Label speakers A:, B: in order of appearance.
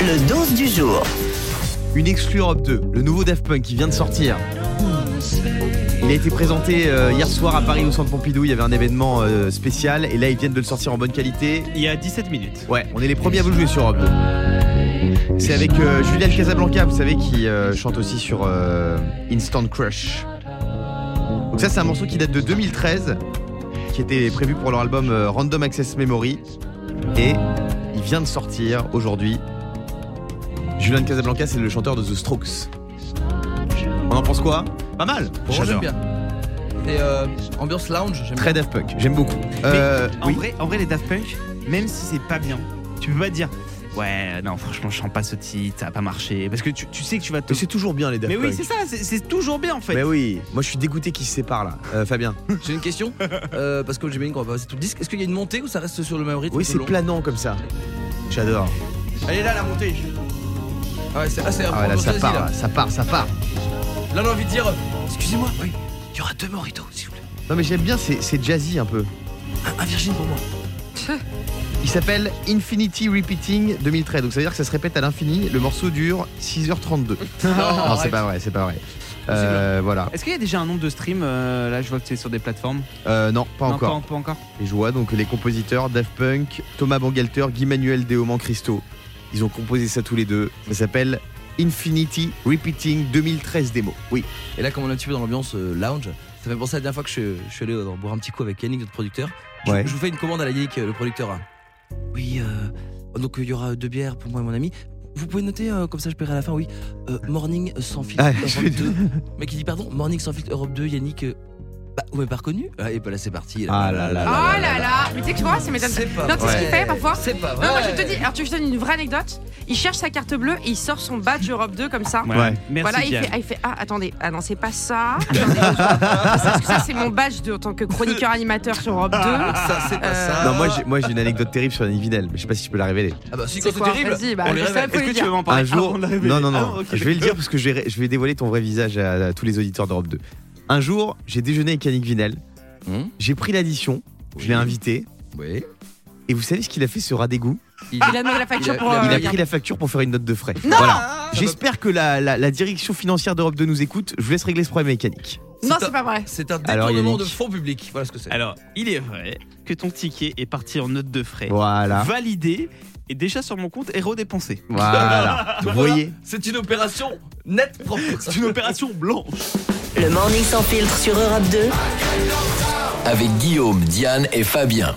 A: Le 12 du jour.
B: Une exclu Europe 2, le nouveau Daft Punk qui vient de sortir. Il a été présenté euh, hier soir à Paris au Centre Pompidou, il y avait un événement euh, spécial et là ils viennent de le sortir en bonne qualité.
C: Il y a 17 minutes.
B: Ouais, on est les premiers à vous le jouer sur Europe 2. C'est avec euh, Julian Casablanca, vous savez, qui euh, chante aussi sur euh, Instant Crush. Donc ça c'est un morceau qui date de 2013, qui était prévu pour leur album euh, Random Access Memory. Et il vient de sortir aujourd'hui. Julian Casablanca, c'est le chanteur de The Strokes. On en pense quoi Pas mal
D: Bon,
B: J'adore.
D: j'aime bien. Et euh, ambiance lounge, j'aime
B: Très Daft Punk, j'aime beaucoup. Euh,
C: en,
B: oui.
C: vrai, en vrai, les Daft Punk, même si c'est pas bien, tu peux pas dire Ouais, non, franchement, je chante pas ce titre, ça a pas marché. Parce que tu, tu sais que tu vas te.
B: Mais c'est toujours bien les Daft
C: Mais oui,
B: Punk.
C: c'est ça, c'est- c'est toujours bien en fait.
B: Mais oui, moi je suis dégoûté qu'ils se séparent là, Euh, Fabien.
D: bien. J'ai une question. euh, parce que j'imagine qu'on va passer tout le disque. Est-ce qu'il y a une montée ou ça reste sur le même rythme
B: Oui,
D: tout
B: c'est
D: le long
B: planant comme ça. J'adore.
D: Elle est là, la montée. Ah ouais, c'est assez
B: Ah ouais, là, ça part,
D: là.
B: là, ça part, ça part.
D: là, on a envie de dire euh, Excusez-moi, oui, il y aura deux moritos, s'il vous plaît.
B: Non, mais j'aime bien, c'est c'est jazzy un peu.
D: Un, un Virgin pour moi.
B: Il s'appelle Infinity Repeating 2013, donc ça veut dire que ça se répète à l'infini. Le morceau dure 6h32.
D: Non,
B: c'est
D: arrête.
B: pas vrai, c'est pas vrai. Euh, voilà.
C: Est-ce qu'il y a déjà un nombre de streams euh, Là, je vois que c'est sur des plateformes.
B: Euh, non, pas
C: Non,
B: encore.
C: Pas, pas encore.
B: Et je vois donc les compositeurs Daft Punk, Thomas Bangalter, Guy Manuel Deoman Christo. Ils ont composé ça tous les deux. Ça s'appelle Infinity Repeating 2013 démo. Oui.
D: Et là, comme on est un petit peu dans l'ambiance euh, lounge, ça fait penser à la dernière fois que je, je suis allé euh, boire un petit coup avec Yannick, notre producteur. Je,
B: Ouais.
D: je vous fais une commande à la Yannick, euh, le producteur. hein. Oui, euh, donc euh, il y aura deux bières pour moi et mon ami. Vous pouvez noter, euh, comme ça je paierai à la fin, oui. euh, morning euh, sans filtre
B: Ah, je vais
D: Europe 2. Mec, il dit pardon, Morning sans filtre Europe 2, Yannick. euh, bah, vous m'avez pas reconnu Ah, Et bah là, c'est parti.
B: Ah là là
E: Oh là là, mais tu sais que toi, ça m'étonne.
D: C'est pas
E: Non, tu sais ce qu'il
D: vrai.
E: fait, parfois
D: C'est pas vrai.
E: Non, moi je te dis, alors tu veux que je te donne une vraie anecdote. Il cherche sa carte bleue et il sort son badge Europe 2 comme ça.
B: Ouais.
C: Merci,
E: voilà, il
C: Pierre.
E: fait, ah, il fait, ah attendez, ah non c'est pas ça. Attendez, parce que ça c'est mon badge de, en tant que chroniqueur animateur sur Europe 2.
D: Ah, Ça, c'est pas
E: Euh,
D: ça.
B: Non, moi j'ai- moi j'ai une anecdote terrible sur Annie Vinel, mais je sais pas si je peux la révéler.
D: Ah bah, si, quand
E: C'est
D: c'est
E: quoi
D: terrible.
E: Vas-y, bah,
D: on les
E: je sais,
D: révèle.
E: faut
C: Est-ce
E: le
C: que tu
E: dire.
C: veux m'en parler
B: Un jour,
C: avant de la révéler
B: non, non, non,
C: Ah, ok,
B: je vais le dire parce que je vais, je vais dévoiler ton vrai visage à, à tous les auditeurs d'Europe 2. Un jour, j'ai déjeuné avec Yannick Vinel,
D: Hum,
B: j'ai pris l'addition, je
D: Oui.
B: l'ai invité,
D: Oui.
B: et vous savez ce qu'il a fait ce rat d'égout
E: Il a demandé la facture
D: Il a-
E: pour.
D: il a-
E: euh,
B: Il a
E: Yann.
B: pris la facture pour faire une note de frais. voilà. J'espère que la, la- la direction financière d'Europe 2 nous écoute. Je vous laisse régler ce problème mécanique.
E: Non,
D: C'est
E: c'est
D: un-
E: pas vrai.
D: C'est un
B: Alors,
D: détournement
B: Yannick. Euh,
D: de fonds publics. Voilà ce que c'est.
C: Alors, il est vrai que ton ticket est parti en note de frais,
B: Voilà.
C: validé et déjà sur mon compte et redépensé.
B: Voilà. Vous voyez
D: C'est une opération nette propre.
C: C'est une opération blanche.
A: Le morning sans filtre sur Europe 2.
F: avec Guillaume, Diane et Fabien.